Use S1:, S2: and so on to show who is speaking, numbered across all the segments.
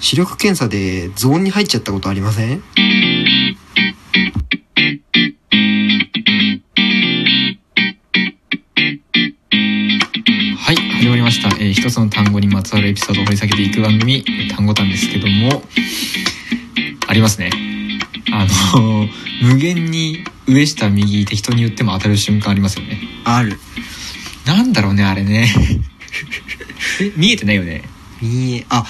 S1: 視力検査でゾーンに入っちゃったことありません
S2: はい、始まりました。えー一つの単語にまつわるエピソードを掘り下げていく番組、えー単語単ですけども、ありますね。あの、 無限に上下右適当に言っても当たる瞬間ありますよね。
S1: ある
S2: なんだろうね、あれね。 え見えてないよね。
S1: 見えあ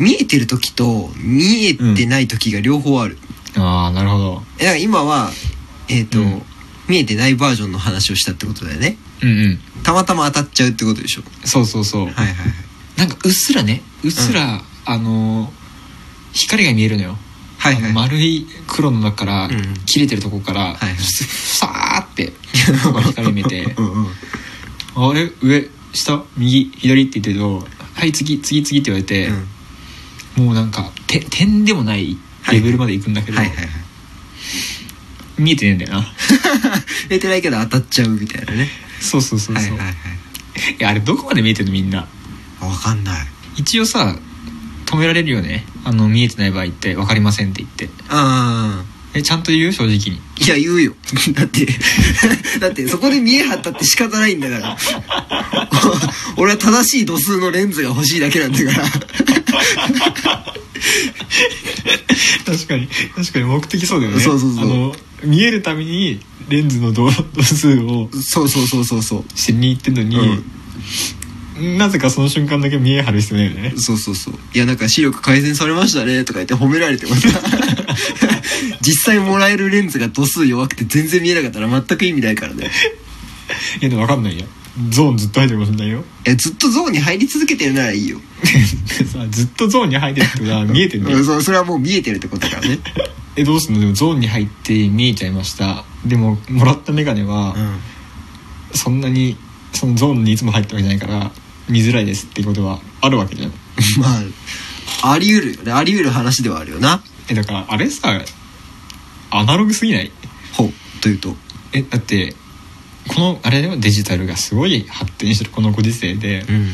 S1: 見えてる時と見えてない時が両方ある、
S2: ああ、なるほど。
S1: えだから今はえっ、と、
S2: うん
S1: 見えてないバージョンの話をしたってことだよね
S2: うんうん。
S1: たまたま当たっちゃうってことでしょ
S2: そうそうそう。
S1: はいはいはい
S2: なんかうっすらね、うっすら、あの、光が見えるのよ。
S1: はいはい
S2: あの丸い黒の中から、
S1: うん
S2: 切れてるとこから、
S1: はいはい
S2: ふさーって、光が見えて
S1: う、んうん
S2: あれ上下右左って言ってると「はい次次次」って言われて、もうなんかて点でもないレベルまで行くんだけ
S1: うん
S2: ど、
S1: はいはい はい
S2: 見えてねえんだよな
S1: 見えてないけど当たっちゃうみたいなね
S2: そうそうそうそう、いやあれどこまで見えてるのみんな
S1: 分かんない
S2: 一応さ止められるよねあの見えてない場合って「分かりません」って言って
S1: あ
S2: えちゃんと言う正直に
S1: あいや言うよ だってだってそこで見え張ったって仕方ないんだから 俺は正しい度数のレンズが欲しいだけなんだから
S2: 確かに確かに目的そうだよ
S1: ねそうそうそうあの
S2: 見えるためにレンズの度数を
S1: そうそうそうそうそう
S2: しに行ってんのに、なぜかその瞬間だけ見え張る必要ないよね
S1: そうそうそういやなんか視力改善されましたねとか言って褒められてました 実際もらえるレンズが度数弱くて全然見えなかったら全く意味ないからね
S2: いやでも分かんないよゾーンずっと入ってるかもしれないよ
S1: えずっとゾーンに入り続けてるならいいよ、
S2: さずっとゾーンに入ってるってことは見えてんだ
S1: う
S2: よ
S1: ん、そうそれはもう見えてるってことだからね、
S2: えどうすんのでもゾーンに入って見えちゃいましたでももらった眼鏡は、
S1: うん、
S2: そんなにそのゾーンにいつも入ったわけじゃないから見づらいですっていうことはあるわけじゃん
S1: まああり得るよねあり得る話ではあるよな
S2: えだからあれさアナログすぎない
S1: ほうというと
S2: えだってこのあれだよデジタルがすごい発展してるこのご時世で、
S1: ん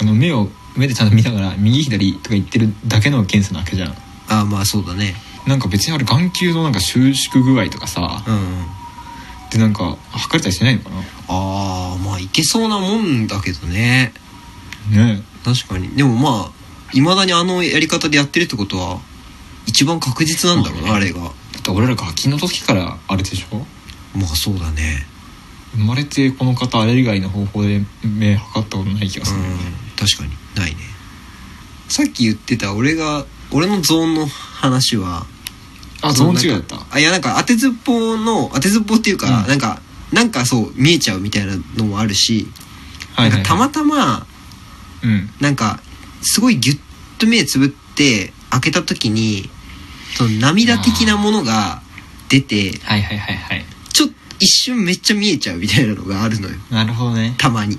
S2: あの目を目でちゃんと見ながら右左とか言ってるだけの検査なわけじゃん
S1: ああまあそうだね
S2: なんか別にあれ眼球のなんか収縮具合とかさ、
S1: うんうん
S2: でなんか測れたりしないのかな
S1: ああまあいけそうなもんだけどね
S2: ね
S1: 確かにでもまあいまだにあのやり方でやってるってことは一番確実なんだろうな、
S2: ま
S1: あ
S2: あね
S1: れが
S2: だって俺らガキの時からあれでしょ
S1: まあそうだね
S2: 生まれてこの方あれ以外の方法で目測ったことない気が
S1: う
S2: す
S1: ん
S2: る、
S1: 確かにないねさっき言ってた俺が俺のゾーンの話は
S2: あゾーン違いだった
S1: そのなんかあいやなんか当てずっぽうの当てずっぽうっていうか、
S2: うん
S1: なんかなんかそう見えちゃうみたいなのもあるし、
S2: はいはい、
S1: なんかたまたま
S2: うん
S1: なんかすごいギュッと目つぶって開けた時にその涙的なものが出て
S2: はいはいはいはい
S1: ちょっと一瞬めっちゃ見えちゃうみたいなのがあるのよ
S2: なるほどね
S1: たまに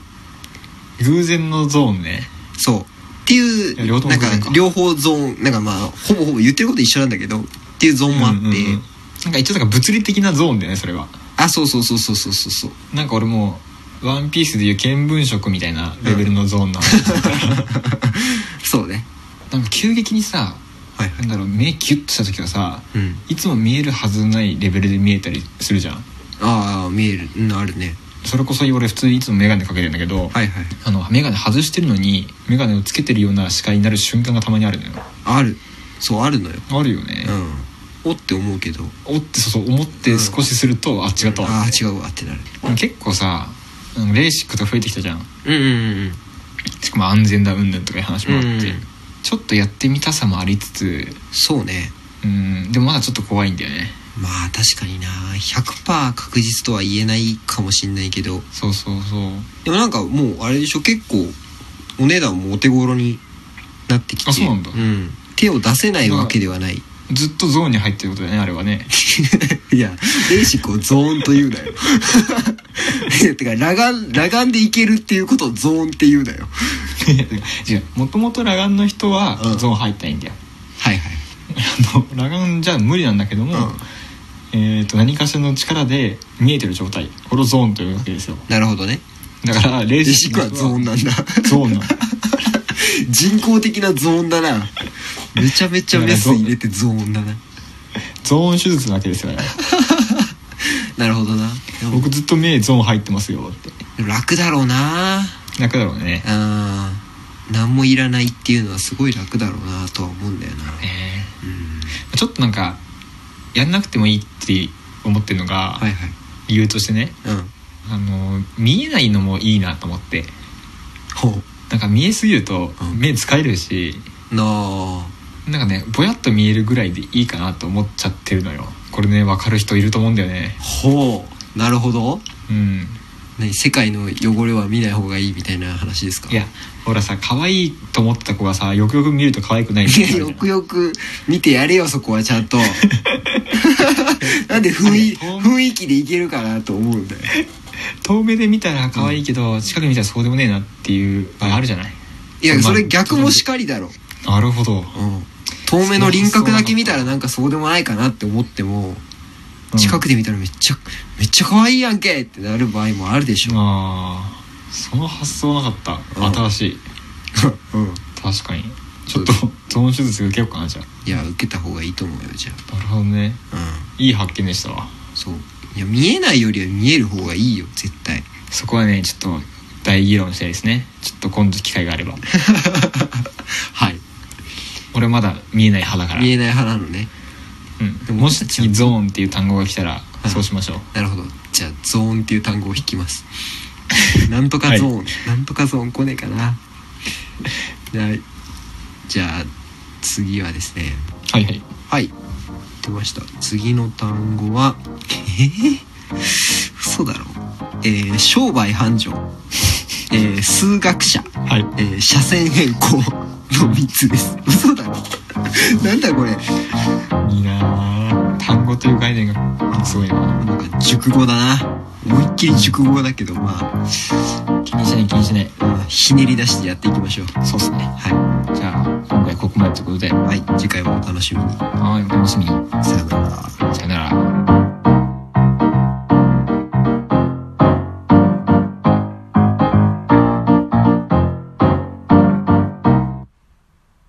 S2: 偶然のゾーンね
S1: そうっていう
S2: いや両方
S1: な
S2: 偶
S1: ん
S2: 然か
S1: か両方ゾーンなんかまあほぼほぼ言ってること一緒なんだけどっていうゾーンもあって、
S2: うんうんうんなんか一応なんか物理的なゾーンでねそれは
S1: あそうそうそうそうそうそうそう
S2: なんか俺もうワンピースでいう見聞色みたいなレベルのゾーンなの、
S1: そうね
S2: なんか急激にさ
S1: はい
S2: なんだろう目キュッとした時はさ
S1: うん
S2: いつも見えるはずないレベルで見えたりするじゃん
S1: ああ見えるうんあるね
S2: それこそ俺普通にいつも眼鏡かけてるんだけど、
S1: はいはい
S2: あの眼鏡外してるのに眼鏡をつけてるような視界になる瞬間がたまにあるのよ
S1: あるそうあるのよ
S2: あるよね、
S1: うんおって思うけど
S2: おってそうそう思って少しすると、あ違ったわ
S1: ああ違うわってなる
S2: 結構さあのレーシックとか増えてきたじゃん
S1: うんうん
S2: しかも安全だ云々とかいう話もあって、
S1: うん
S2: ちょっとやってみたさもありつつ
S1: そうね
S2: うんでもまだちょっと怖いんだよね
S1: まあ確かにな100%確実とは言えないかもしんないけど
S2: そうそうそう
S1: でもなんかもうあれでしょ結構お値段もお手頃になってきて
S2: あそうなんだ
S1: 手を出せないわけではない
S2: ずっとゾーンに入ってることだよねあれはね
S1: いやレーシックをゾーンと言うなよ いやてか裸眼裸眼でいけるっていうことをゾーンって言うなよ
S2: 違うもともと裸眼の人は
S1: うん
S2: ゾーン入ったらいいんだよ、
S1: はいはい
S2: あの裸眼じゃ無理なんだけども、
S1: うん
S2: えー、と何かしらの力で見えてる状態これをゾーンというわけですよ
S1: なるほどね
S2: だから
S1: レ
S2: レー
S1: ーシ
S2: シ
S1: ッ
S2: ッ
S1: ク
S2: ク
S1: はゾーンなんだ
S2: ゾーンなの
S1: 人工的なゾーンだなめちゃめちゃメス入れてゾーンだな
S2: ゾーン手術なわけですよね
S1: なるほどな
S2: 僕ずっと目ゾーン入ってますよって
S1: 楽だろうな
S2: 楽だろうね
S1: あー何もいらないっていうのはすごい楽だろうなとは思うんだよな、
S2: ね
S1: うん、
S2: ちょっとなんかやんなくてもいいって思ってるのが、
S1: はいはい
S2: 理由としてね
S1: うん
S2: あの見えないのもいいなと思って
S1: ほう
S2: なんか見えすぎると
S1: うん
S2: 目疲れるし、
S1: なあ
S2: なんかねぼやっと見えるぐらいでいいかなと思っちゃってるのよこれね分かる人いると思うんだよね
S1: ほうなるほど
S2: うん
S1: 何世界の汚れは見ない方がいいみたいな話ですか
S2: いやほらさ可愛いと思ってた子がさよくよく見ると可愛くないみた
S1: いや
S2: いな
S1: よくよく見てやれよそこはちゃん となんで雰囲
S2: あれほん
S1: 雰囲気でいけるかなと思うんだよ
S2: 遠目で見たら可愛いけど、近くで見たらそうでもねえなっていう場合あるじゃない
S1: いや
S2: まあ
S1: それ逆もしかりだろ、
S2: なるほど
S1: うん、遠目の輪郭だけ見たらなんかそうでもないかなって思っても近
S2: く、
S1: くで見たらめっちゃめっちゃ可愛いやんけってなる場合もあるでし
S2: うん
S1: ょ、
S2: あーその発想なかった、
S1: うん
S2: 新しい
S1: うん、
S2: 確かにちょっと
S1: そ
S2: ゾーン手術受けようかなじゃあ
S1: いや受けた方がいいと思うよじゃ
S2: なるほどね
S1: あう
S2: いい発見でしたわ
S1: んそういや見えないよりは見える方がいいよ絶対
S2: そこはねちょっと大議論したいですねちょっと今度機会が あれば
S1: はい
S2: 俺まだ見えない派だから
S1: 見えない派なのね
S2: うん、もし次ゾーンっていう単語が来たら
S1: うん
S2: そうしましょう、
S1: なるほどじゃあゾーンっていう単語を引きます なんとかゾーン、なんとかゾーン来ねえかなはいじゃあ次はですね
S2: はいはい
S1: はい出ました次の単語はえー、嘘だろえー、商売繁盛えー、数学者
S2: はい
S1: えー、車線変更の3つです嘘だろなんだこれ
S2: いいなあ単語という概念がすごいな
S1: なんか熟語だな思いっきり熟語だけどまあ
S2: 気にしない気にしない
S1: うんひねり出してやっていきましょう。
S2: そうっすね
S1: は
S2: じゃあ今回ここまでということで
S1: い。はい。次回もお楽しみに。
S2: はいお楽しみに
S1: さよなら。
S2: さよなら